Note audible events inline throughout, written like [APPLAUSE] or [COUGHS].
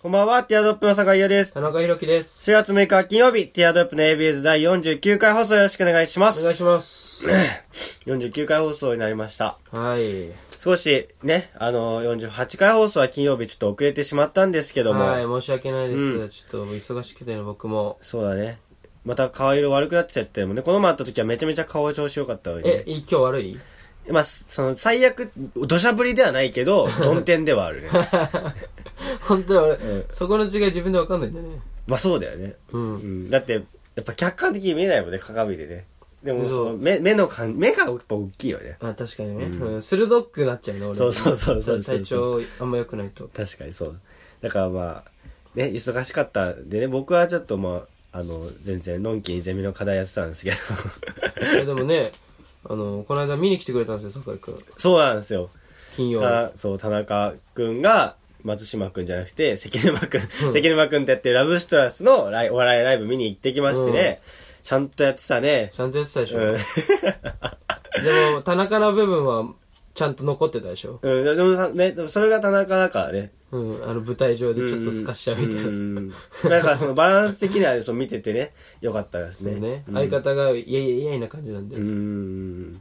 こんばんは、ティアドロップの坂井優です。田中裕樹です。 4月6日金曜日、ティアドロップの ABS 第49回放送よろしくお願いしまおす。願いします。 [COUGHS] 49回放送になりました。はい。少しね、あの、48回放送は金曜日ちょっと遅れてしまったんですけども、はい、申し訳ないです。うんちょっと忙しくてね、僕も。そうだね。また顔色悪くなってたってもね、この前会った時はめちゃめちゃ顔調子良かったのに、えね、。い今日悪いまあ、その、最悪、土砂降りではないけ [LAUGHS] ど、曇天ではあるね。本当に俺、うそこの違い自分でわかんないんだよね。まあそうだよね。う。うんん、だって、やっぱ客観的に見えないもんね、鏡でね。でもそそのう目、目の感じ、目がやっぱ大きいよね。あ、確かにね。うんうん鋭くなっちゃうね、俺。そうそうそうそうそう体調あんま良くないと。確かにそう。だからまあ、ね、忙しかったんでね、僕はちょっとまあ、あの、全然、のんきにゼミの課題やってたんですけど。 [LAUGHS] えでもね、あの、この間見に来てくれたんですよ、酒井くん。そうなんですよ。金曜。たそう、田中くんが、松島くんじゃなくて、関沼くん、関沼くんってやってるラブストラスのライお笑いライブ見に行ってきましてね、ちゃんとやってたね。ちゃんとやってたでしょ。うんでも、田中の部分は、ちゃんと残ってたでしょ。うん、でもさね、でもそれが田中だからね。うん。あの、舞台上でちょっと透かしちゃうみたいな。うんだからそのバランス的にはそう見ててね、よかったですそうね。ねう。ん相方が、いやいやいやいな感じなんでう。ん。で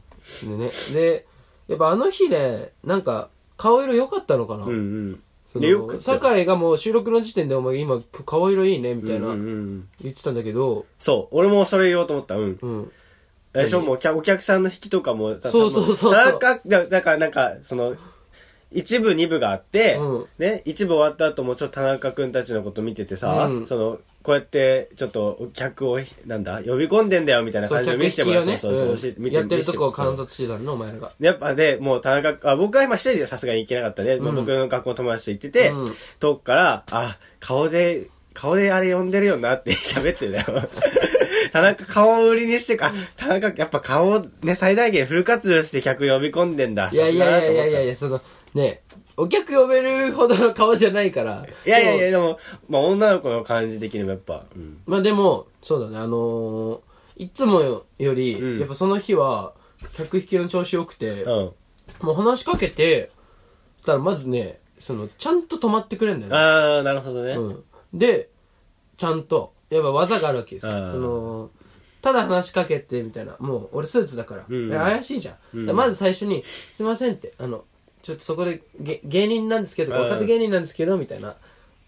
ね。で、やっぱあの日ね、なんか、顔色良かったのかな、うんうん。そでよくの、酒井がもう収録の時点でお前今今日顔色いいね、みたいなうんうんうん言ってたんだけど、そう、俺もそれ言おうと思った。うん。うん。あれでしょもうお客お客さんの引きとかも、たそうそうそうそうなんか、だだからなんか、その、一部二部があって、うんね、一部終わった後もちょっと田中くんたちのこと見ててさ、うんその、こうやって、ちょっとお客を、なんだ、呼び込んでんだよみたいなそ感う、じで客見引せてきもらをう。ね、そうそうそう、う見んやってるとこを見せてもら観う察してたの、お前らが。やっぱね、もう田中君、あ、僕は今一人でさすがに行けなかったね。まあうん僕の学校の友達と行ってて、うん遠くから、あ、顔で、顔であれ呼んでるよなって喋ってたよ。田中顔を売りにしてか、あ田中やっぱ顔をね、最大限フル活用して客呼び込んでんだ。いやいやいやいやいやいや。や、その、ね、お客呼べるほどの顔じゃないから。いやいやいでもや、でも、まあ女の子の感じ的にもやっぱ、うん。まあでも、そうだね、あのー、いつもより、うんやっぱその日は、客引きの調子良くて、うん。もう話しかけて、したらまずね、その、ちゃんと止まってくれるんだよね。あー、なるほどね。うん、でちゃんとやっぱ技があるわけですあよーそのただ話しかけてみたいなもう俺スーツだから、うん怪しいじゃん、んだからまず最初に「すいません」ってあのちょっとそこでげ芸人なんですけどうん若手芸人なんですけどみたいな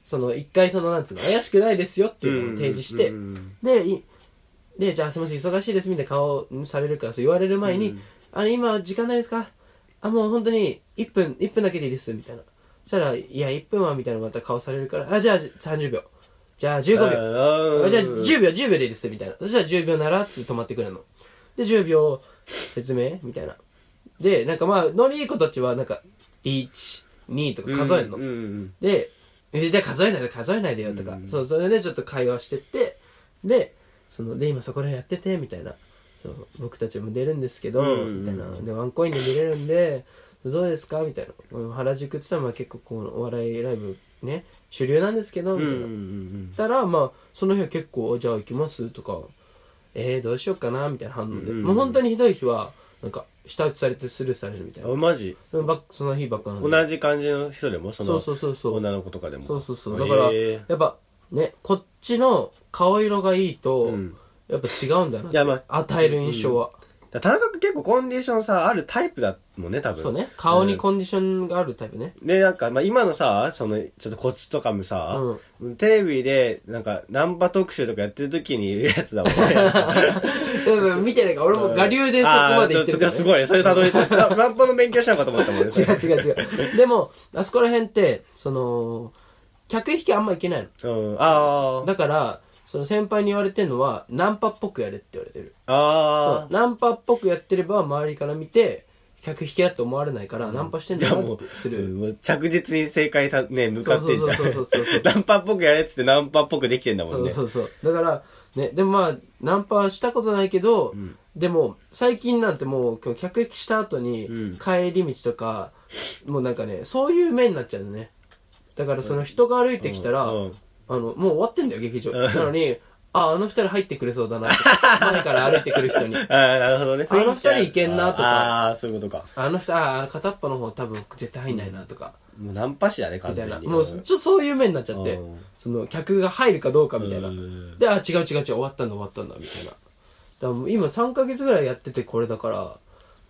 その一回そのなんつうの怪しくないですよっていうのを提示して、うんうんでいでじゃあすいません忙しいですみたいな顔されるからそう言われる前に、あれ今時間ないですかあもう本当に1分1分だけでいいですみたいなそしたらいや1分はみたいなまた顔されるからあじゃあ30秒じゃあ15秒あーじゃあ10秒10秒でいいですみたいなそしたら10秒ならって止まってくるので10秒説明みたいなでなんかまあノリいい子たちはなんか12とか数えるの、うんうんで、え、で、数えないで数えないでよとか、そう、それでちょっと会話してって、で、その、で、今そこら辺やってて、みたいな。そう、僕たちも出るんですけど、うんうんみたいな。で、ワンコインで出れるんで、どうですかみたいな。うん原宿って言ったら、まあ結構こう、お笑いライブね、主流なんですけど、うみんうたいんな。うんうんたら、まあ、その日は結構、じゃあ行きますとか、えー、どうしようかなみたいな反応で。うんうんもう本当にひどい日は、なんか、舌打ちされてスルーされるみたいあな。マジそのばっその日ばっかなんで。同じ感じの人でもそのそうそうそうそう。女の子とかでもそうそうそう。だから、えやっぱ、ね、こっちの顔色がいいと、ーうんやっぱ違うんだなっいて。やま与える印象は。だから田中君結構コンディションさあるタイプだもんね多分そうね。顔にコンディションがあるタイプね。でなんか、まあ、今のさそのちょっとコツとかもさ、テレビでなんかナンパ特集とかやってる時にいるやつだもんねでも見てないから、俺も我流でそこまで行ってるかあーら、すね。ごいねそれたどり着いたナンパの勉強したのかと思ったもんねそ違れう違う違 [LAUGHS] う。でも、あそこら辺って、その、客引きあんまいけないうん、あの。ーだから、その先輩に言われてるのは、ナンパっぽくやれって言われてる。そうあーナンパっぽくやってれば、周りから見て、客引きだと思われないから、ナンパしてんじだゃあなもっうてする。うんもう着実に正解た、ね、向かってんじゃんそうそうそうそうそうナンパっぽくやれっつってナンパっぽくできてんだもそんうねそうそう。だから、ね、でもまあ、ナンパはしたことないけど、でも、最近なんてもう、今日客引きした後に、うん帰り道とか、もうなんかね、そういう目になっちゃうのね。だからその人が歩いてきたら、うんうん [LAUGHS] あの、もう終わってんだよ、劇場。んなのに、あ、あの二人入ってくれそうだなって。前から歩いてくる人 [LAUGHS] に。ああ、なるほどね。あの二人いけんなとかああー、そういうことか。あの二人、ああ、片っぽの方多分絶対入んないなとか。もうナンパ師だね、完みたい全な。に。もう、ちょっとそういう面になっちゃってうん。その、客が入るかどうかみたいなう。んで、あ、違う違う違う、終わったんだ終わったんだ、みたいな。だからもう今3ヶ月ぐらいやっててこれだから、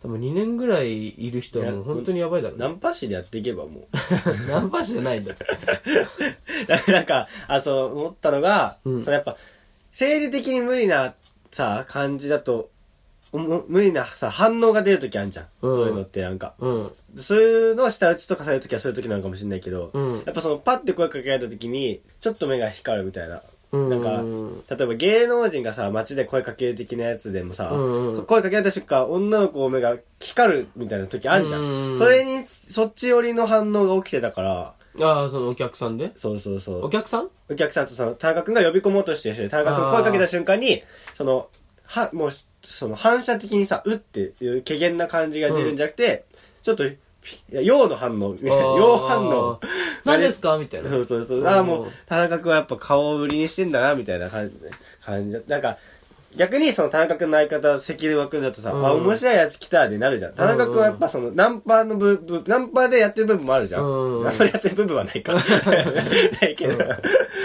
多分2年ぐらいいる人はもう本当にやばいだろうねナ。ンパ師でやっていけばもう。 [LAUGHS] [LAUGHS] ナンパじゃないんだ。だからなんか、あ、そう思ったのが、うんそのやっぱ、生理的に無理なさ、感じだと、おも無理なさ、反応が出るときあるじゃん,、うんそういうのってなんか。 [LAUGHS] うん。そういうのを下打ちとかされるときはそういうときなのかもしれないけど、うんやっぱそのパッて声かけられたときに、ちょっと目が光るみたいな。うんなんか、例えば芸能人がさ、街で声かける的なやつでもさ、うんうん声かけられた瞬間、女の子の目が光るみたいな時あるじゃん。うんそれに、そっち寄りの反応が起きてたから、ああ、そのお客さんでそうそうそう。お客さんお客さんとその田中君が呼び込もうとしてる人で田中君が声かけた瞬間にそのはもうその反射的にさ「うっ」ていう怪げな感じが出るんじゃなくて、ちょっとピいや陽の反応みたいなあー陽反応何ですかみたい [LAUGHS] な。そうそうそううんああもう田中君はやっぱ顔を売りにしてんだなみたいな感じ感じだなんか逆にその田中君の相方関根君だとさ、うんあ面白いやつ来たでなるじゃん田中君はやっぱそのナンパの部分ナンパでやってる部分もあるじゃん、うんナンパでやってる部分はない [LAUGHS] かないけど、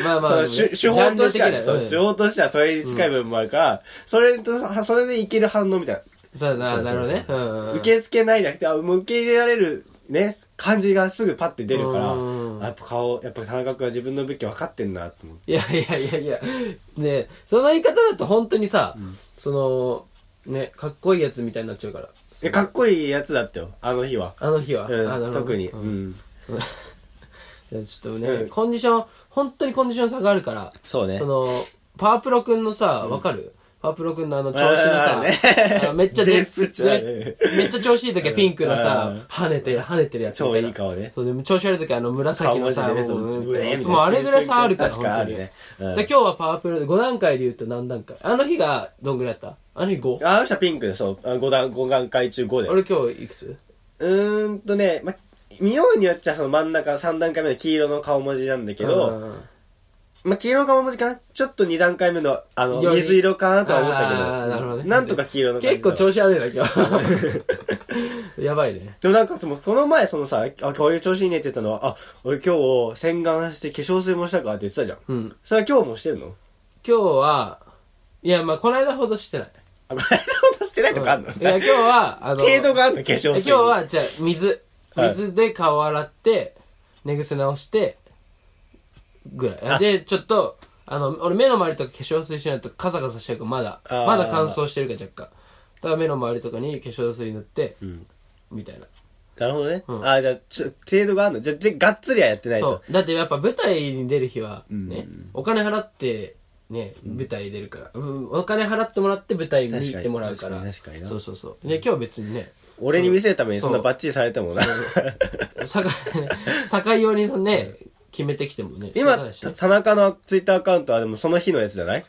まあまあ、でもねその手手法としてはね、ジャそンうル的手なうん法としてはそれに近い部分もあるから、それと、それでいける反応みたいそうだな。な、なるほどね。そうそうそううんうん受け付けないじゃなくて、あ、もう受け入れられるね、感じがすぐパッて出るから、うんあやっぱ顔、やっぱ田中君は自分の武器分かってんなって思って。いやいやいやいや、ねその言い方だと本当にさ、その、ね、かっこいいやつみたいになっちゃうから。えかっこいいやつだったよ、あの日は。あの日は。あなるうほん、ど特に。ううん [LAUGHS] ん。そういやちょっとね、うんコンディション、本当にコンディション差があるから、そうねそ。の、パワープロくんのさ、わかるパワープロくんのあの調子のあーさね、あのめっちゃで絶不調ぜめっちゃ調子いい時はピンクのうさん、跳ねて、跳ねてるやつみたな。超いい顔ねそう、でも調子悪い時はあの紫のさ、顔も文字でねうそうねうえーみたいなもうあれぐらい差あるから、確かあ本る当に。ねうんで今日はパワープロで5段階で言うと何段階あの日がどんぐらいだったあの日 5? あの人はピンクで、そう、5段、五段階中5で。俺今日いくつうーんとね、ま、見ようによっちゃその真ん中3段階目の黄色の顔文字なんだけど、うんまあ、黄色の顔文字かなちょっと2段階目の、あの、より水色かなとは思ったけあーど、なるほどねなんとか黄色の感じ結だ構調子悪いな今日 [LAUGHS] やばいねでもなんかその、その前そのさ、あ、こういう調子いいねって言ったのは、あ、俺今日洗顔して化粧水もしたからって言ってたじゃん。うんそれは今日もしてるの今日はいやまあこの間ほどしてないあ、これとしてないとかあんの、いや今日はあの程度があるの化粧今水。日はじゃあ水はい水で顔洗って寝癖直してぐらいあでちょっとあの俺目の周りとか化粧水しないとカサカサしちゃうからまだあーまだ乾燥してるから若干だから目の周りとかに化粧水塗って、んみたいななるほどね。うんあ、じゃあ、ちょ、程度があるのじゃあ、ぜがっつりはやってないそと。うだってやっぱ舞台に出る日はね、うんお金払ってね舞台に出るから、うんお金払ってもらって舞台に行ってもらうから確かに確かに確かになそうそうそうで今日は別にね俺に見せるためにそんなそうバッチリされてもな。 [LAUGHS] 酒酒井用にね決めてきてもね [LAUGHS] 仕今、方ないしね田中のツイッターアカウントはでもその日のやつじゃない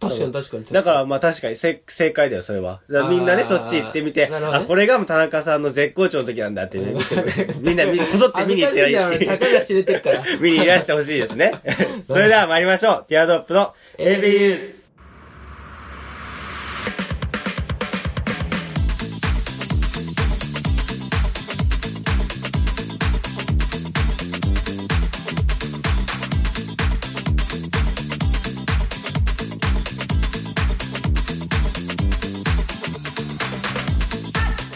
確かに確かに確かにだからまあ確かにせ正解だよ、それは。だからみんなあね、ーそっち行ってみて、なるほどあ、ねこれがもう田中さんの絶好調の時なんだってね、 [LAUGHS] 見てみんな、みんなこぞって見に行って恥ずかしいんだよ俺酒が知れてるから [LAUGHS] 見にいらしてほしいですね。それでは参りましょう。ティアドロップの AB ユース。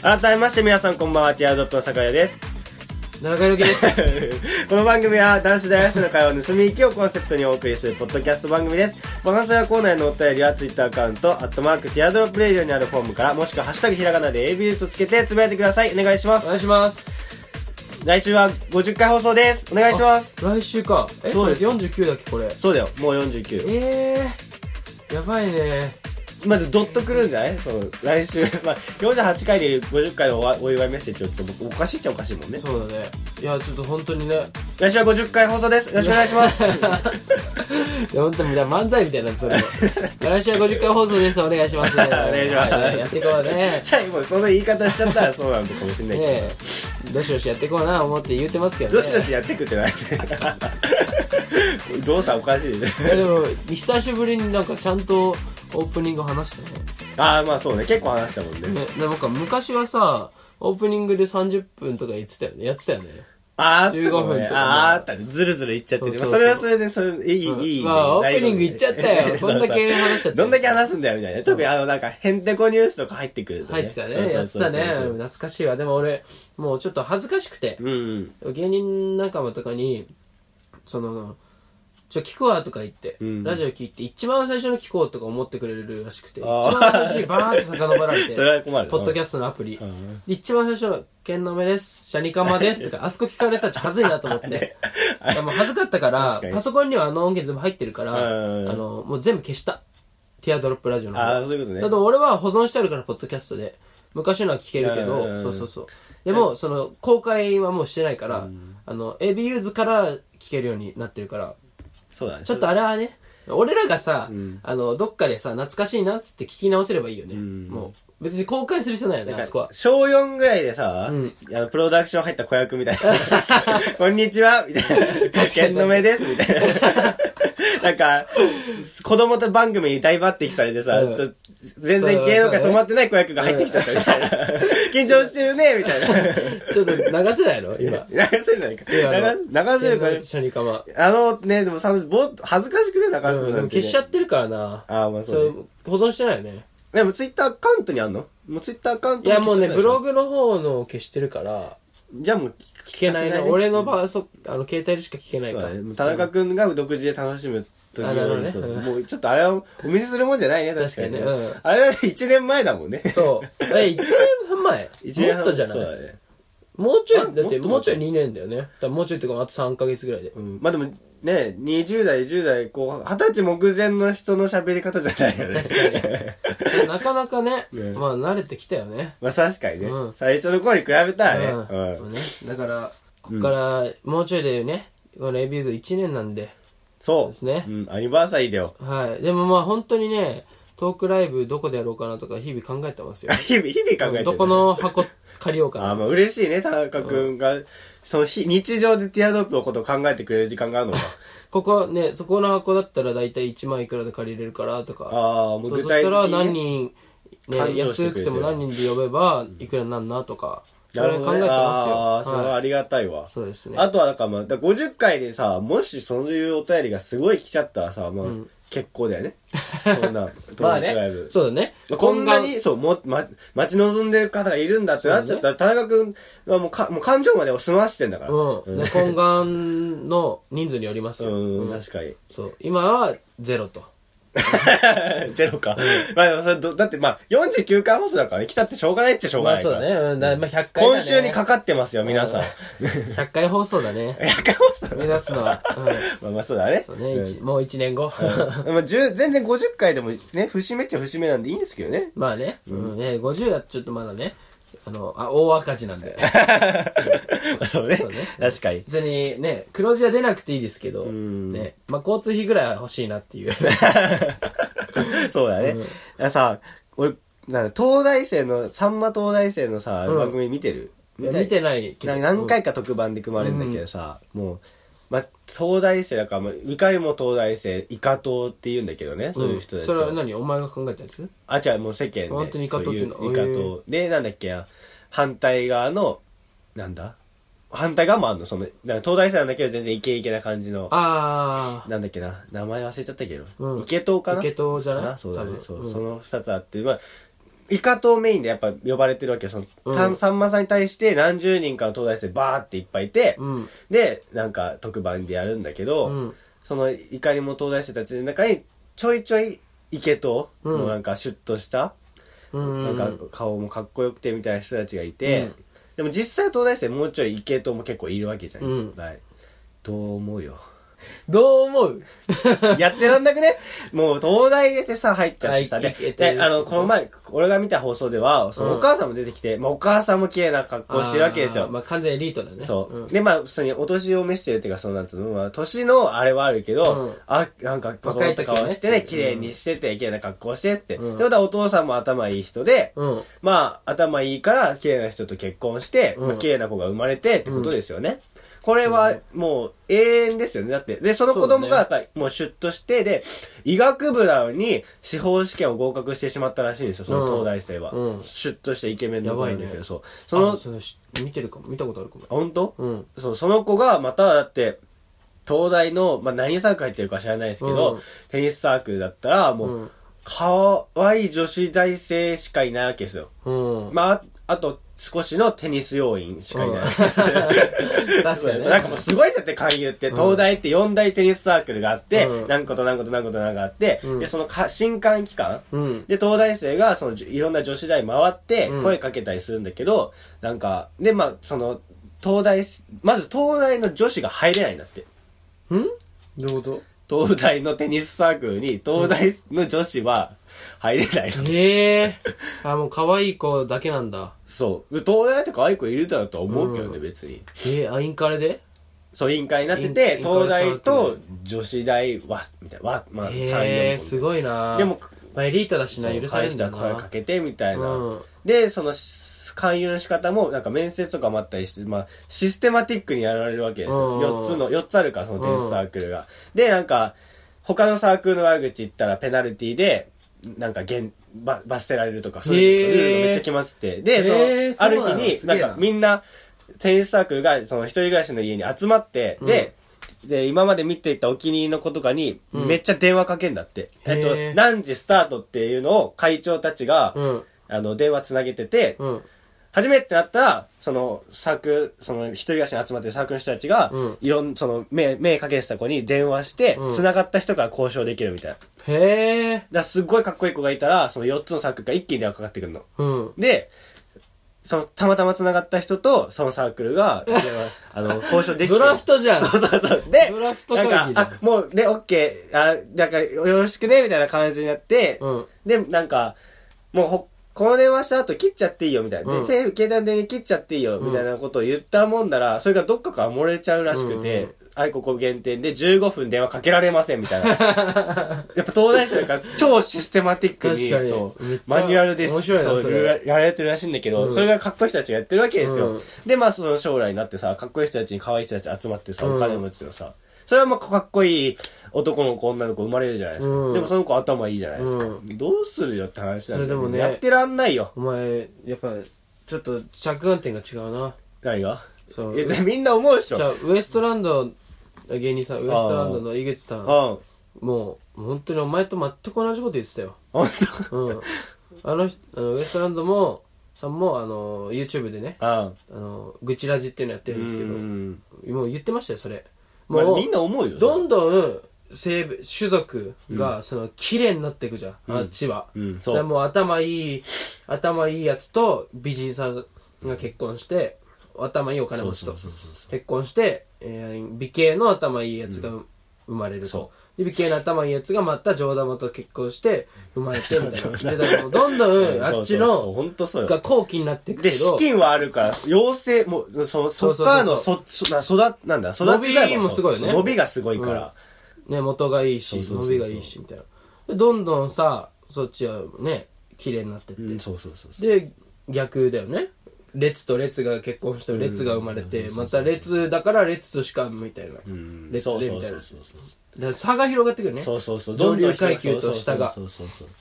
改めまして皆さんこんばんは、ティアドロップの酒屋です。 [LAUGHS] 田中裕樹です [LAUGHS] この番組は男子大学生の会話を盗み行きをコンセプトにお送りするポッドキャスト番組です。ご感想やコーナーへのお便りは Twitter アカウント、アットマークティアドロップレイディオにあるフォームから、もしくはハッシュタグひらがなで ABU とつけてつぶやいてください。お願いしまおす。願いします来週は50回放送です。お願いします。来週かえそうですこれ49だっけこれそうだよ、もう49。えー、やばいねまずドッとくるんじゃないその、来週、 [LAUGHS] まあ、48回で50回のおお祝いメッセージをって僕おかしいっちゃおかしいもんね。そうだねいやちょっと本当にね来週は50回放送です。よろしくお願いし [LAUGHS] ます。いや本当にだから漫才みたいになってそれも来週は50回放送ですお願いします [LAUGHS] お願いしますやっていこ [LAUGHS] うねじゃあもうその言い方しちゃったらそうなのかもしれないけど。ねえどしどしやっていこうな思って言ってますけどねどしどしやってくってない動作おかしいでしょ。でも、久しぶりになんかちゃんとオープニング話したね。ああ、まあそうね。結構話したもんね。ね、なんか昔はさ、オープニングで30分とか言ってたよね。やってたよね。ああ、あった15分ね。とかねああ、あったね。ずるずるいっちゃってる。そうまあそそうそうれはそれで、それ、いい、いうんいいいね。まあオープニングいっちゃったよ [LAUGHS] そうそうこんだけ話しちゃったよどんだけ話すんだよ、みたいな。特にあの、なんか、へんてこニュースとか入ってくるとね。入ってたね。そやうってそうそたうそうね。懐かしいわ。でも俺、もうちょっと恥ずかしくて、うんうん。芸人仲間とかに、その、ちょ、聞くわとか言って、うんラジオ聞いて、一番最初の聞こうとか思ってくれるらしくて、一あー番最初にバーって遡られ [LAUGHS] て、それは困る。ポッドキャャストのアプリ。んで一番最初の、剣の目です、シャニカマですとか、あそこ聞かれたらちょっと恥ずいなと [LAUGHS] 思って。だからもう恥ずかったから確か、にパソコンにはあの音源全部入ってるから、うんあの、もう全部消した。ティアドロップラジオの方。ああ、そういうことだねって。俺は保存してあるから、ポッドキャストで。昔のは聞けるけうんうんうど、んそうそうそう。でも、その、公開はもうしてないから、あの、エビユーズから聞けるようになってるから、そうだね。ちょっとあれはね、俺らがさ、うんあの、どっかでさ、懐かしいなっつって聞き直せればいいよね。うんもう、別に公開する必要ないよね、なんあかそこは。小4ぐらいでさ、うんあのプロダクション入った子役み [LAUGHS] たいな。こんにちはみたいな。試験の目ですみたいな。 [LAUGHS] なんか、子供と番組に大抜擢されてさ、うんちょ全然芸能界染まってない子役が入ってきちゃったみたいな。 [LAUGHS] 緊張してるねみたいな。ちょっと流せないの今。流せないか。いやあ流の流せ [LAUGHS] るか天皇一緒にかま。あのね、でもさ、ぼーっと恥ずかしくて流すのうんでなもんて、ね。消しちゃってるからな。ああ、まあそそうれね。保存してないよね。でもツイッターアカウントにあんのもうツイッターアカウンいトやもうね、消しちゃったでブしょログの方のを消してるから、じゃあもう聞けないねな。俺の場合、そあの、携帯でしか聞けないそうかだら。ね。田中くんが独自で楽しむ時あなるほどねそううんもうちょっとあれはお見せするもんじゃないね、確かにね。確かにねうんあれは1年前だもんね。 [LAUGHS] そう。え、1年半前一年も半っとじゃそうなだいね。もうちょあい、だってもっともうちょい2年だよね。だからもうちょいっていうか、あと3ヶ月 [LAUGHS] ぐらいで。うんまあでもね、20代、10代、こう、20歳目前の人の喋り方じゃないよね。確かに。なかなかね、ねまあ慣れてきたよね。 [LAUGHS] まあ確かにね、うん最初の頃に比べたらね。うんうそんうねだから、こっから、もうちょいでね、このエビューズ1年なんで。そう。ですねうん、アニバーサリーだよ。。はい。でもまあ本当にね、トークライブどこでやろうかなとか日々考えてますよ日々、日々 [LAUGHS] 考えてる、ね。どこの箱借りようかあなあ、。まあ嬉しいね、田中くんが、その日、日常でティアドロップのことを考えてくれる時間があるのか。ここね、そこの箱だったら大体1万いくらで借りれるからとか。ああ、もそうう具体的に、ね。そしたら何人、勘ね、定して安くれてくてるも何人で呼べばいくらになるなとか。そなるれほ考どえねあてまあ、すそよ。れははあいりがたいわ。そうですね。あとはなんかまあ、だから50回でさ、もしそういうお便りがすごい来ちゃったらさ、まあ、ん結構だ [LAUGHS] よね。こんな、まあトークライね [LAUGHS] ブ。そうだね。まあこんな懇願に、そう、も、ま、待ち望んでる方がいるんだってなっちゃったら、田中くんはもうか、もう感情までを済ましてんだから。うん。ね懇願の人数によりますうよ。ん、うん確か [LAUGHS] に。そう。今はゼロと。ゼロか。まあでもそれど、だってまあ、49回放送だからね、来たってしょうがないっちゃしょうがまなあいそかうら。だね。うんだまあ100回だね今週にかかってますよ、皆 [LAUGHS] さん。 100回放送だね。 100回放送 [LAUGHS] 目指すのは。うん。まあまあそうだね。そうね、うん一もう1年後。 [LAUGHS] まあ、10全然50回でもね、節目っちゃ節目なんでいいんですけどね。まあね、うんね、50だとちょっとまだね、あの、あ、大赤字 [LAUGHS] なんで。 [LAUGHS] そうねそうね確かに。 [LAUGHS] 別にね、黒字は出なくていいですけど、んね、まあ交通費ぐらいは欲しいなっ [LAUGHS] ていう。そうだね。あさ、俺、なんだ東大生の、さんま東大生のさ、うん番組見てる見てないけど。な何回か特番で組まれるんだけどさ、もう、まあ、東大生だから、まあ、いかにも東大生、イカ党って言うんだけどね、そういう人たちそをれは何お前が考えたやつあ、違う、もう世間で。本当にイカ党っていうのそういうイカ党。で、なんだっけな、反対側の、なんだ反対側もあんのその、なんか東大生なんだけど全然イケイケな感じの、あなんだっけな、名前忘れちゃったけど、うんイケ党かなイケ党じゃないかそうだ多ね。分そう、うんその二つあって、まあ、イカ党メインでやっぱ呼ばれてるわけよ。その、うんたん、さんまさんに対して何十人かの東大生バーっていっぱいいて、あ、うん。で、なんか特番でやるんだけど、うん。そのいかにも東大生たちの中にちょいちょいイケ党のなんかシュッとした、うん。なんか顔もかっこよくてみたいな人たちがいて、うんでも実際東大生もうちょいイケとも結構いるわけじゃん、うんいっぱいどう思うよどう思 [LAUGHS] うやってらんなくねもう東大出てさ入っちゃってさはいでイケてるであのこの前俺が見た放送ではそのお母さんも出てきて、まあ、お母さんも綺麗な格好してるわけですあーよまあ完全エリートだね。そう、んでまあ普通にお年を召してるっていうかそのなんつうの、まあ、年のあれはあるけど、うんあなんか整った顔してね若い時綺はね麗にしてて綺麗な格好してって、うんでまたお父さんも頭いい人で、うん。まあ、頭いいから、綺麗な人と結婚して、うんまあ、綺麗な子が生まれてってことですよね。これはもう永遠ですよね。だって。で、その子供が、もうシュッとして、で、医学部なのに司法試験を合格してしまったらしいんですよ、その東大生は。うんシュッとしてイケメンの子なんだやばけど、いねそう。そそのの、そのし見てるかも見たことあるかも本当、うんそうその子がまただって東大の、まあ、何サークル入ってるか知らないですけど、うんテニスサークルだったらもう、うんかわいい女子大生しかいないわけですよ、うん、まああと少しのテニス要員しかいないわけですよ、 [LAUGHS] 確かそうでに、ね、すなんかもうすごいんだって勧誘って、うん東大って4大テニスサークルがあって、うん何個と何個と何個と何個があって、うんでそのか新歓期間、うんで、東大生が、その、じいろんな女子大回ってうん、声かけたりするんだけど、なんか、で、まあ、その、東大、まず東大の女子が入れないんだって。んどういうこと東大のテニスサークルに、東大の女子は入れないの。へえあもう可愛い子だけなんだそう。で東大って可愛い子いるだろうとは思うけどね、うん別に。えあインカレでそう、委員会になって委員て委、員会東サ大ークとル女子大は、みたいな、は、まあ、3、へえ4す個。ごいなでも、まあ、エリートだしなそう許されるんだ彼氏は声かなけてみたいな、うんでそのし勧誘の仕方もなんか面接とかもあったりして、まあ、システマティックにやられるわけですよ、うん4つの4つあるからそのテニスサークルが、でなんか他のサークルの悪口言ったらペナルティでなんか減ば罰せられるとかそういうルールがめっちゃ決まっててへでーそのあるそうなの日すになげえんなかみんなテニスサークルがその一人暮らしの家に集まって、でで今まで見ていたお気に入りの子とかにうんめっちゃ電話かけんだって、へーえっと何時スタートっていうのを会長たちが、うんあの、電話つなげてて、うん初めってなったら、その、サークル、その、一人暮らしに集まってるサークルの人たちが、うんいろん、その、目、目かけてた子に電話して、うん繋がった人から交渉できるみたいな。だかへえらすっごいかっこいい子がいたら、その4つのサークルが一気に電話かかってくるの。うんで、その、たまたま繋がった人と、そのサークル [LAUGHS] が、あの、交渉できて。ドラフトじゃんそうそうそう。で、ドラフトな会議じゃんんか、あ、もうね、オッケー、あ、なんか、よろしくね、みたいな感じになって、うんで、なんか、もうほ、この電話した後切っちゃっていいよ、みたいな。でうん手携帯の電源切っちゃっていいよ、みたいなことを言ったもんなら、それがどっかから漏れちゃうらしくうてん、はい、ここ限定で15分電話かけられません、み [LAUGHS] たいな。やっぱ東大生だから超システマティックに、確かにそうめっちゃマニュアルです。面白いなそうそれやられてるらしいんだけど、うんそれがかっこいい人たちがやってるわけですよ。うんで、まあその将来になってさ、かっこいい人たちに可愛い人たち集まってさ、うんお金持ちのさ、それはまあかっこいい男の子、女の子生まれるじゃないですか。うんでもその子頭いいじゃないですか。うどうするよって話なんだそれでよ、もねやってらんないよ。お前やっぱちょっと着眼点が違うな何がそういやみんな思うでしじゃょ。あウエストランド芸人さんウエストランドの井口さうんん。も本うもう本当にお前と全く同じこと言ってたよ当。うんあの人あのウエストランドもさんもあの YouTube でねうん。あの愚痴ラジっていうのやってるんですけどん。もう言ってましたよそれまあもうみんな思うよ。どんどん生物種族がその綺麗になっていくじゃん、あっちは、うん、だそからう。もう頭いい頭いいやつと美人さんが結婚して頭いいお金持ちとそうそう結婚して、えー美形の頭いいやつが生まれるとそ、で美形の頭いいやつがまた上玉と結婚して生まれてみたい [LAUGHS] なそうでだからもうどんどんあっちの本当そうよ。が後期になっていくけで、資ど金はあるから、養成、もう、その、そそうそうそうそうっからの、そ、そな、育、なんだ、育ちが伸びもすごいよねそう伸びがすごいから。ね、元がいいそうしそうそうそう伸びがいいしみたいなでどんどんさそっちはね綺麗になってって、うん、そうそうそうそう。で逆だよね列と列が結婚して列が生まれて、また列だから列としかみたいな、うん列そうでそみうたいそなうそうだから差が広がってくるねそうそうそう。上流階級と下がそうそうそうそ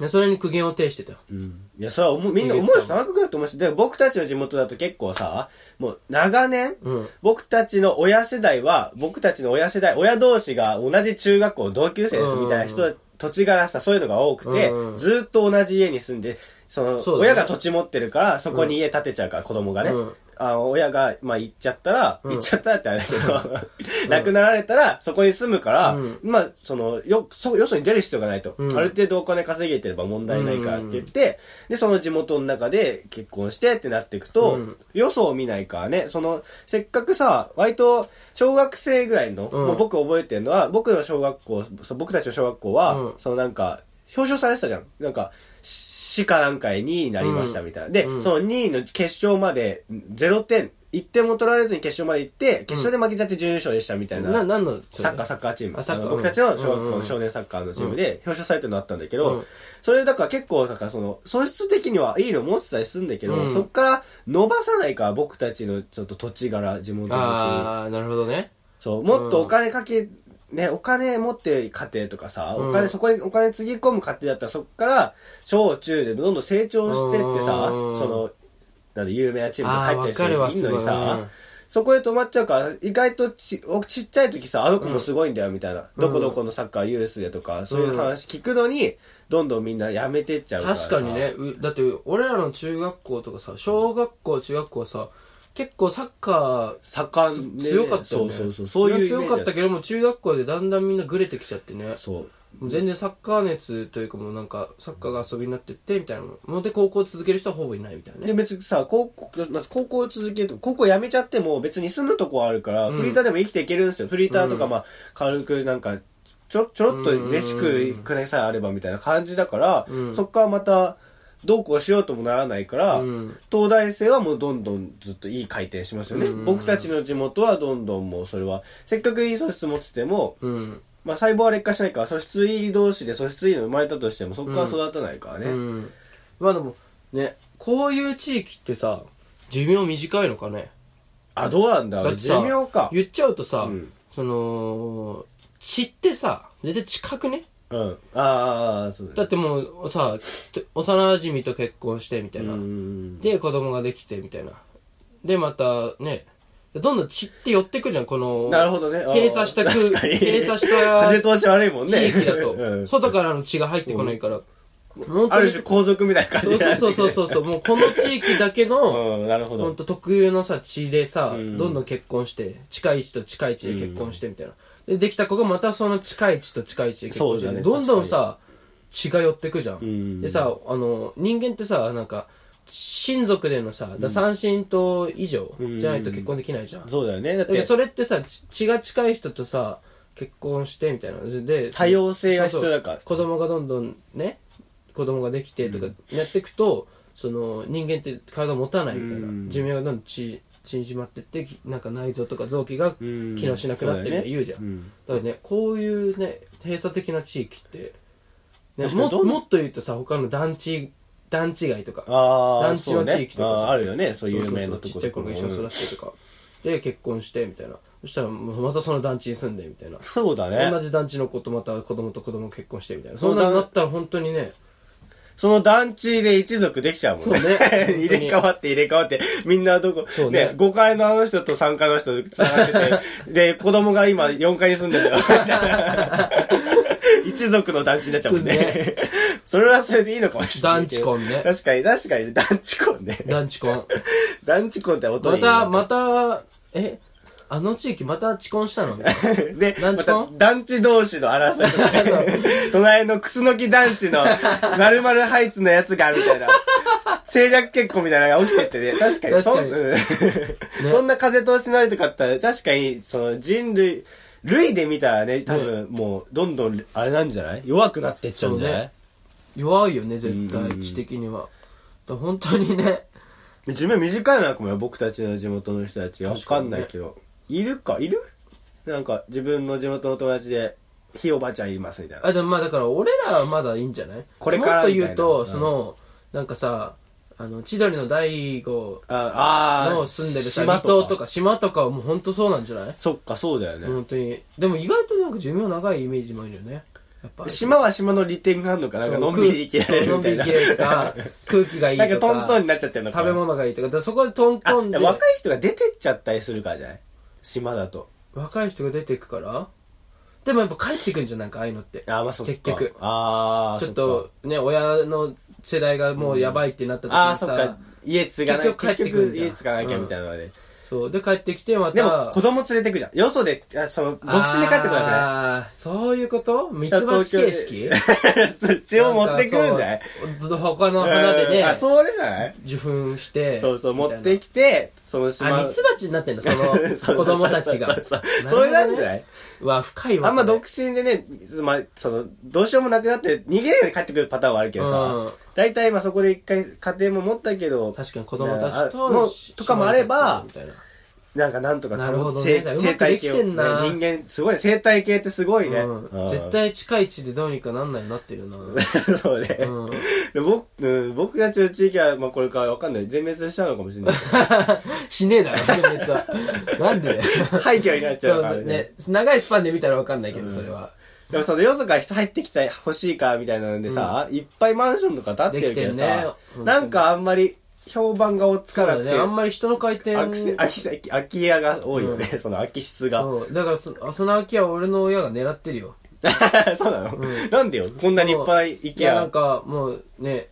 う。でそれに苦言を呈してたようんいや、それは思うみんな思うし、田中君だと思うし、で僕たちの地元だと結構さ、もう長年、うん僕たちの親世代は、僕たちの親世代、親同士が同じ中学校同級生ですみたいな人、うん土地柄さ、そういうのが多くて、うんずっと同じ家に住んで、その、そうだね親が土地持ってるから、そこに家建てちゃうから、子供がね。うんあの親が、まあ、行っちゃったら、うん行っちゃったってあれだけど、亡くなられたら、そこに住むから、うんまあ、その、よ、そ、よそに出る必要がないと。うんある程度お金稼げてれば問題ないからって言って、で、その地元の中で結婚してってなっていくと、うんよそを見ないからね、その、せっかくさ、割と、小学生ぐらいの、うんもう僕覚えてるのは、僕の小学校、そう僕たちの小学校は、うんそのなんか、表彰されてたじゃん。なんか、し市かなんかへ2位になりましたみたいな。で、うんその2位の決勝まで0点1点も取られずに決勝まで行って、決勝で負けちゃって準優勝でしたみたいな。な、何のサッカー、サッカーチーム。あサッカーあの僕たちの小学校うんうんうのん少年サッカーのチームで表彰されてるのあったんだけうどん、それだから結構、だからその、素質的にはいいの持ってたりするんだけうど、んそっから伸ばさないから僕たちのちょっと土地柄、地元のああ、なるほどね。そう、もっとお金かけ、ね、お金持ってる家庭とかさ、おう金、んそこにお金つぎ込む家庭だったらそっから、小中でどんどん成長してってさ、うんその、なんで有名なチームにああ入ー、ったわりすかるるわ、人いするのごにい。さ、うんそこで止まっちゃうから、意外とちおちっちゃい時さ、あの子もすごいんだよみたいな、うんどこどこのサッカーユースでとか、そういう話聞くのに、どんどんみんなやめてっちゃうからさ。確かにね。うだって、俺らの中学校とかさ、小学校、中学校はさ、結構サッカー、盛んでね、強かったよそね。うそうそう。そういうイメー強ジかだったけども、中学校でだんだんみんなグレてきちゃってね。そう。もう全然サッカー熱というかもうなんか、サッカーが遊びになってって、みたいなもんで、高校続ける人はほぼいないみたいなでね。別にさ高校まず高校を続けると高校辞めちゃっても別に住むとこはあるから、うんフリーターでも生きていけるんですよフリーターとかうんまあ軽くなんかちょちょろっと飯食うくらいさえあればみたいな感じだから、うんそっからまたどうこうしようともならないから、うん東大生はもうどんどんずっといい回転しますよね、うん僕たちの地元はどんどんもうそれはせっかくいい素質持ってても、うん。まあ、細胞は劣化しないから素質いい同士で素質いいの生まれたとしてもそっから育たないからね、うん。まあでも、ね、こういう地域ってさ、寿命短いのかね。あどうなんだだろっうて寿さ命か言っちゃうとさ、うんその、血ってさ、絶対近くね。うん。ああ、そうだだね。ってもうさ、幼馴染と結婚してみたいな。うんで、子供ができてみたいな。で、またね、どんどん血って寄ってくじゃん、この、なるほどね。閉鎖したく確かに閉鎖した風通し悪いもんね。地域だと、 [LAUGHS] うん外からの血が入ってこないから、本あ当にる種皇族 [LAUGHS] みたいな感じそうになってそうそうそうそう、もうこの地域だけの、うん、なるほほんど。と特有のさ血でさ、うんどんどん結婚して近い地と近い地で結婚してみたいな、でできた子がまたその近い地と近い地で結婚しそうだて、ねどんどんさ血が寄ってくじゃん、んでさあの人間ってさなんか親族でのさ、だ三親等以上じゃないと結婚できないじゃん、だそうだよね。だっけどて、それってさ血血が近い人とさ結婚してみたいなで多様性が必要だからそうそう子供がどんどんね子供ができてとかやっていくと、その人間って体持たないみたいな、うん寿命がどんどんち縮まってってきなんか内臓とか臓器がう機ん能しなくなってるって言うじゃん、そだよねうんだからねこういうね閉鎖的な地域って、ね、確かもにどんもっと言うとさ他の団地団地街とかああ、団地そうのね地域とかさあーあるよね。そういう有名なそうとそうそうちこっちゃい頃が一緒に育ってとか、で結婚してみたいなそしたらもうまたその団地に住んでみたいなそうだ同ね。じ団地の子とまた子供と子供結婚してみたいなそそうんだなねんだったら本当にねその団地で一族できちゃうもんね。そ [LAUGHS] うね入れ替わって入れ替わって、みんなどこ、そうねね、5階のあの人と3階の人と繋がってて、[LAUGHS] で、子供が今4階に住んでるよ。みたいな一族の団地になっちゃうもんねね。それはそれでいいのかもしれない。団地婚ね確かに、確かに、団地婚ね。団地婚団地婚って音まいいなたまたえあの地域また遅 [LAUGHS] 婚したのみたいなで、団ま地た婚団地同士の争いと [LAUGHS] かね。隣のクスノキ団地の、まるまるハイツのやつが、み [LAUGHS] たいな。政略結婚みたいなのが起きてってね。確かに、そん確かうん [LAUGHS] そんな風通しのあるとかだったら、確かに、その人類、類で見たらね、多分もう、どんどん、あれなんじゃない弱くなってっちゃうんじゃない、弱いよね絶うんうんう対ん地的にはだから本当にね寿命短いのかもよ、僕たちの地元の人たち。わかんないけど。いるか、いるなんか、自分の地元の友達で、ひいおばあちゃんいますみたいな。あでもまあだから俺らはまだいいんじゃないこれからもっみとたいな言うと、うんそのなんかさあの千鳥の大悟ああーの住んでるさ島離島とか島とかはもう本当そうなんじゃないそっかそうだよね、本当にでも意外となんか寿命長いイメージもあるよねやっぱ島は島の利点があるのかなんかのんびり生きられるみたいなのんびり生き [LAUGHS] られるとか空気がいいとなんかかトントンになっちゃってるのか食べ物がいいとかだからそこでトンあトンででも若い人が出てっちゃったりするからじゃない島だと若い人が出てくからでもやっぱ帰ってくんじゃんなんかああいうのってあーまあそっか結局ああちょっとね親の世代がもうやばいってなった時ああにそさ、っか家継がな結い局帰結ってく局んじゃん家継がなきゃみたいなので、そうで帰ってきてまたでも子供連れてくじゃんよそであその独身で帰ってこなああそういうこと三くないつ星形 [LAUGHS] 式式土を持ってくるんじゃないなんかそう他の花でうんねあそれじゃない受粉してそうそう持ってききてその島あミツバチになってんだ [LAUGHS] そそうのそう子そう供たちがそうそうるほどねそうそれなんじゃないうわ深いわあんまこれ独身でね、まあ、その、どうしようもなくなって、逃げるように帰ってくるパターンはあるけどさ、うん大体まあそこで一回家庭も持ったけど、確かに子供たちいやあもとうとかもあればみたいななんかなんとかなるほ保どつね生だから生うまくで態きて系を、んね、人な間、すごい、生態系ってすごいね。う、うんん絶。対近い位置でどうにかなんないようになってる [LAUGHS] なそうね。うんで僕、うん、僕が中地域は、まあこれからわかんない。全滅しちゃうのかもしれない。しねえだろ分 [LAUGHS] 別はなんで廃墟になっちゃそううからね。ね長いスパンで見たら分かんないけどそれは、でもそのよそから人入ってきて欲しいかみたいなのでさ、いっぱいマンションとか建ってるけどできてんねさ本、当になんかあんまり評判が追っつそかうなだくて、ねあんまり人の回転空きせ空きせ空き家が多いよね、その空き室が。そうだからそその空き家は俺の親が狙ってるよ [LAUGHS] そうなの、うんなんでよ、こんな立派なもういやな IKEA ん。かもうね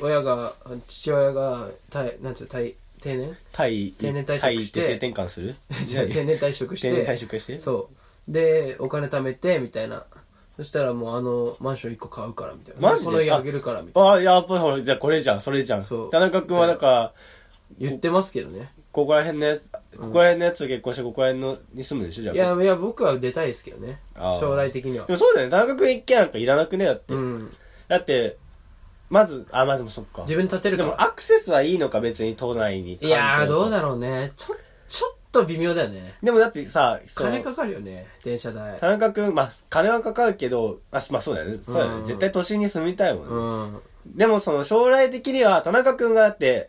親が父親が退なんつうの退定年タイ、定年退職タイっしてて性転換する違う定年退職して定年退職してそうでお金貯めてみたいなそしたらもうあのマンション1個買うからみたいなマジでこの家あげるからみたいなああ、やっぱりほら、じゃあこれじゃん、それじゃんそう。田中君はなんか、言ってますけどねここら辺のやつ、ここら辺のやつと結婚して、ここら辺のに住むでしょ、じゃあ。いやいや僕は出たいですけどねあー将来的にはでもそうだよね、田中君一軒なんかいらなくね、だって。うんだって、まず、あ、まずもそっか。自分立てるでかもらアクセスはいいのか、別に都内に。いやーどうだう。ろうねちょちょっと微妙だよねでもだってさ、その金かかるよね電車代田中君、まあ、金はかかるけど、あまあそうだよね。そうだよね。うん絶対都心に住みたいもんね。うんでもその将来的には、田中君がだって、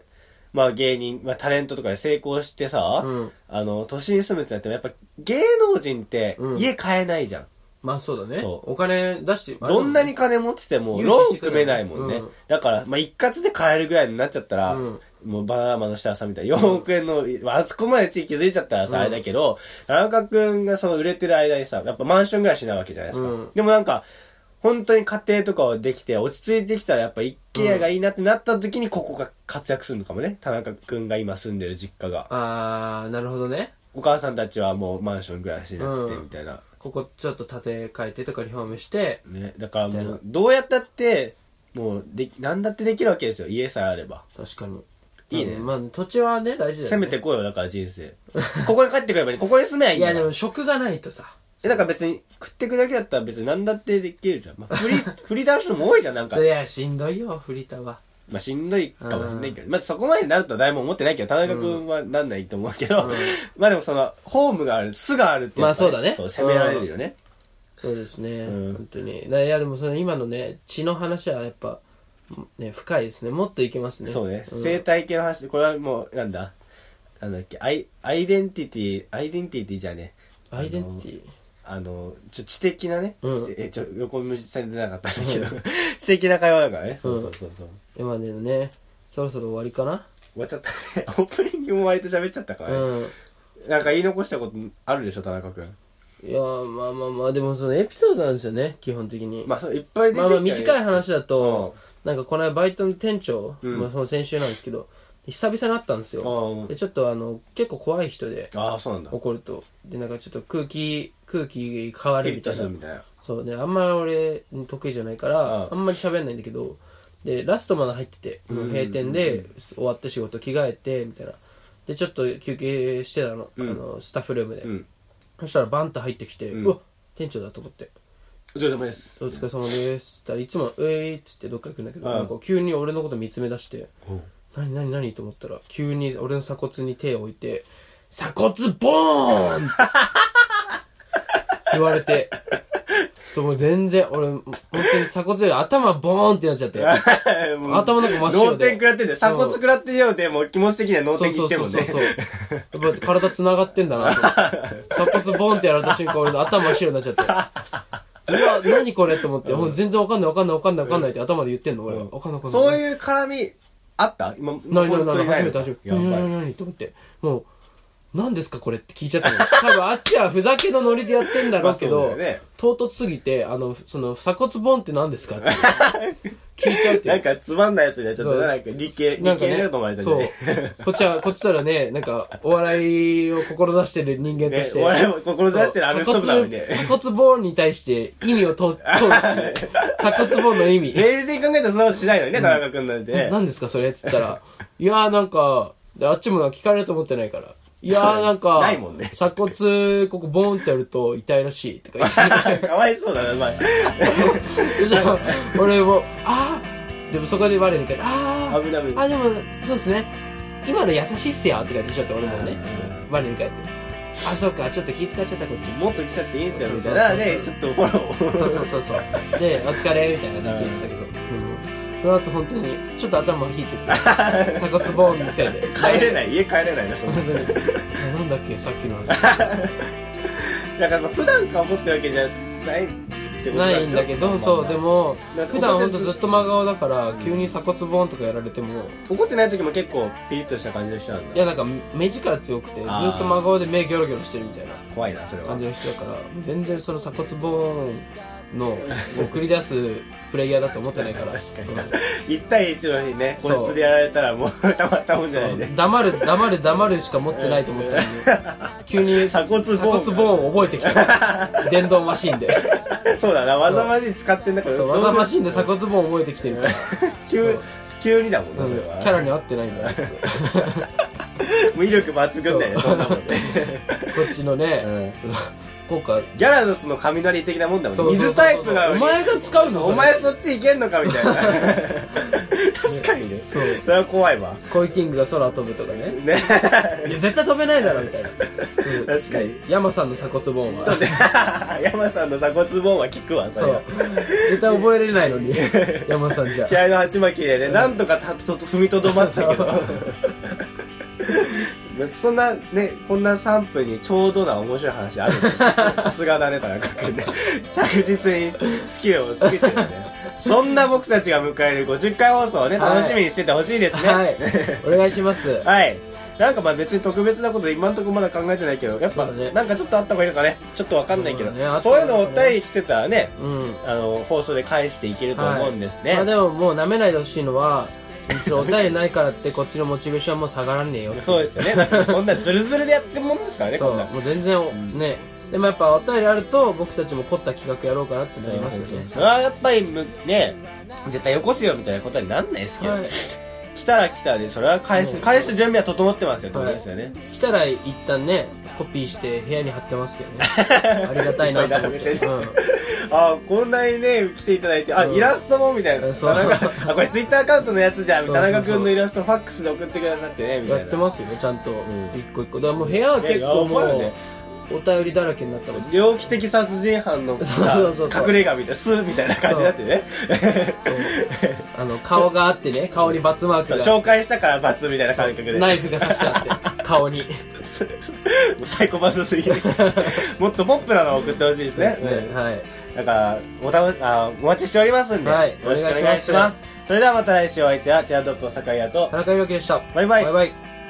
まあ芸人、まあタレントとかで成功してさ、うんあの、都心に住むってなってもやっぱ芸能人ってうん家買えないじゃん。まあそうだねそうお金出してどんなに金持ってても融資ローしンてく組めれるないもんね。うんだから、まあ一括で買えるぐらいになっちゃったら、うんもうバナナマンの下さんみたいな4億円の、まああそこまで地域づいちゃったらさ、うんあれだけど、田中くんがその売れてる間にさ、やっぱマンションぐらいしないわけじゃないですか。うんでもなんか、本当に家庭とかをできて、落ち着いてきたらやっぱ一軒家がいいなってなった時にここが活躍するのかもね。田中くんが今住んでる実家が。あーなるほどねお母さんたちはもうマンションぐらいしなくてみたいな。ここちょっと建て替えてとかリフォームしてね、だからみもたいうなどうやったってもうでき何だってできるわけですよ家さえあれば確かにいいねうんまあ土地はね大事だよね攻めてこいよだから人生ここに帰ってくればいいここに住めばいいいんだやかでらも職がないとさえだから別に食ってくだけだったら別に何だってできるじゃん、まあ、振 [LAUGHS] り振り出すのも多いじゃんなんかそ、りゃしんどいよフリタはまあ、しんどいかもしんないけど、まあ、そこまでになるとは誰も思ってないけど田中君はなんないと思うけど、うん [LAUGHS] まあでもそのホームがある巣があるってやっぱまあそうだねそう攻められるよね、そうですね、うん本当にだいやでもその今のね血の話はやっぱね深いですねもっといけますねそうね、ん生態系の話これはもうなんだなんだっけアイアイデンティティアイデンティティじゃねアイデンティテあの、ちょ、知的なね、うんえ、ちょ、横文字されてなかったんだけど、 [LAUGHS] 知的な会話だからね。そうそうそうそう。ィ今でもねそろそろ終わりかな終わっちゃった [LAUGHS] ね。オープニングも割と喋っちゃったからね。うんなんか言い残したことあるでしょ、田中くん。いやまあまあまあでもそのエピソードなんですよね基本的にまあ、そういっぱい出てきまあた、まねあ短い話だとう、なんかこの間バイトの店長、うんまあその先週なんですけど、久々に会ったんですよ。あで、ちょっとあの、結構怖い人でああ、そうなんだ。怒ると。で、なんかちょっと空気、空気変わピるリッみとたいすなる。みたいな。そうね、あんまり俺得意じゃないから、うあんんまり喋んないんだけど、で、ラストまで入ってて、もう閉店で終わった仕事着替えて、みたいな。で、ちょっと休憩してたの、うんあの、スタッフルームで。うん。そしたらバンって入ってきて、うんうわ店長だと思って。お疲れ様です。お疲れ様ですって言ったらいつも「えー」っつってどっか行くんだけど、うんなんか急に俺のこと見つめ出しておう「何何何?」と思ったら急に俺の鎖骨に手を置いて「鎖骨ボーン!」って言われてそうもう全然俺本当に鎖骨より頭ボーンってなっちゃって頭の中真っ [LAUGHS] 白脳で天食らってんだよ。鎖骨食らってるようで、もう気持ち的には脳そ天うそ食っうてるそもうんそうね。そうやっぱ体繋がってんだなと思って鎖骨ボンってやられた瞬間俺の頭真っ白になっちゃってうわ何これと思ってもう全然わかんないわかんないわかんないわかんないって頭で言ってんの俺わかんないわかんないそういう絡み、あった今、ないないないな初いめて初めてや何ばい何何と思ってもう何ですかこれって聞いちゃったの多分あっちはふざけのノリでやってんだろうけまあどそうだよね唐突すぎてあのその鎖骨ボンって何ですかって聞いちゃうっていうなんかつまんないやつになっちゃったそうねなんか理系、な理んか系ねだと思われたんじゃそなうい。こっちはこっちからねなんかお笑いを志してる人間とねし、て、お笑いを志してるあの人なのにね。鎖骨鎖骨ボーンに対して意味を問う問うっていう鎖骨ボーンの意味冷静に考えたらそんなことしないのにね、田中 [LAUGHS] 君なんてね。何ですかそれっつったら「いやーなんかであっちもなんか聞かれると思ってないから」いやーなんか、ないもんね鎖骨、ここボーンってやると痛いらしいとか言って、 [LAUGHS] かわいそうだな、まあ。そしたら俺も、あーでもそこで我に返って、あ危ない危なあ、いあ、でも、そうですね。今の優しいっすよって感じちゃって、俺もね。我に返って。あ、そっか、ちょっと気遣っちゃった、こっちも。もっと来ちゃっていいんすよみたいなねちょっとフォローそうそうそう [LAUGHS] そう。で、お疲れみたいな感じで聞いてたけど。うんその後本当に、ちょっと頭引 [LAUGHS] いてて、鎖骨ボーンのせいで。帰れい。ない家帰れないなそん本な当に。 [LAUGHS] なんだっけ、さっき [LAUGHS] の話。だからまあ普段から思ってるわけじゃないってことなんないでんしょだけど、そう、でも、だって普段本当ずっと真顔だから、急に鎖骨ボーンとかやられても、怒ってない時も結構ピリッとした感じの人なんいだやなんか目力強くて、ずっとあー真顔で目ギョロギョロしてるみたいな。怖いなそれは感じの人だから全然その鎖骨ボーンの送り出すプレイヤーだと思ってないから [LAUGHS] 確かにな1対1の日ね個室でやられたら [LAUGHS] もうたまったもんじゃないうんね黙る黙る黙るしか持ってないと思った [LAUGHS] のに急に鎖骨ボーンが鎖骨ボーンを覚えて [LAUGHS] きた電動マシンでそうだなわざまじい使ってんだからそうどう技マシンで鎖骨ボーン覚えてきてるから急急にだもんうなそんれキはャラに合ってないんだよ無威力抜群だよねそうそんなもんねこっちのね、うんその効果ギャラドスの雷的なもんだもんねそうそうそうそう水タイプなのにお前が使うのお前そっち行けんのかみたい [LAUGHS] な確かにねそうそれは怖いわコイキングが空飛ぶとかねね [LAUGHS] いや絶対飛べないだろみたいな、うん確かに山さんの鎖骨ボーンは山さんの鎖骨ボーンは効くわそそれうは。絶対覚えれないの [LAUGHS] に、山さんじゃ。気合の鉢巻きでね、なんとかたと踏みとどまったけ [LAUGHS] どそんなねこんな3分にちょうどな面白い話あるんですよさすがだね田中君ね着実にスキルをつけてるねそんな僕たちが迎える50回放送をねはい楽しみにしててほしいですねはい。お願いします。 [LAUGHS] はい。なんかまあ別に特別なこと今んとこまだ考えてないけど、やっぱ、そうだねなんかちょっとあった方がいいのかね。ちょっとわかんないけど。そそうう,、だねあったいうのお便り来てたらね、うん。あの、放送で返していけると思うんですね。まあでももう舐めないでほしいのは、そのお便りないからってこっちのモチベーションはもう下がらねえよ。そうですよね。だってこんなズルズルでやってるもんですからね、そこう、んな。もう全然お、ね。でもやっぱお便りあると僕たちも凝った企画やろうかなってなりますよね。それはやっぱりむね、絶対よこすよみたいなことになんないですけど、はい。来たら来たで、それは返うす、ん返す準備は整ってますよ、ってことはいですよね。来たら一旦ね、コピーして部屋に貼ってますけど [LAUGHS] ね。ありがたいなと思って。いっぱい並べうあこんなにね来ていただいてあ、うんイラストもみたいなそう田中あこれツイッターアカウントのやつじゃんそう田そうそう中君のイラストファックスで送ってくださってねみん。たいやなってますよ、ちゃんとん。一個一個。だからもう部屋は結構いや思うもようね、お便りだらけになったもん猟奇的殺人犯のさそうそうそう隠れ家みたいなスーみたいな感じになってねそうあの顔があってね顔にバツマ [LAUGHS] ーそうクが紹介したから罰みたいな感覚でナイフが刺してあって顔に [LAUGHS] そうそうサイコパス [LAUGHS] すぎるもっとポップなのを送ってほしいですねうんはいだからおたまあお待ちしておりますんで、はいよろしくおお願いし願まいすしますそれではまた来週お相手はティアドロップの酒井屋と田中裕樹でしたバイバイバイバイ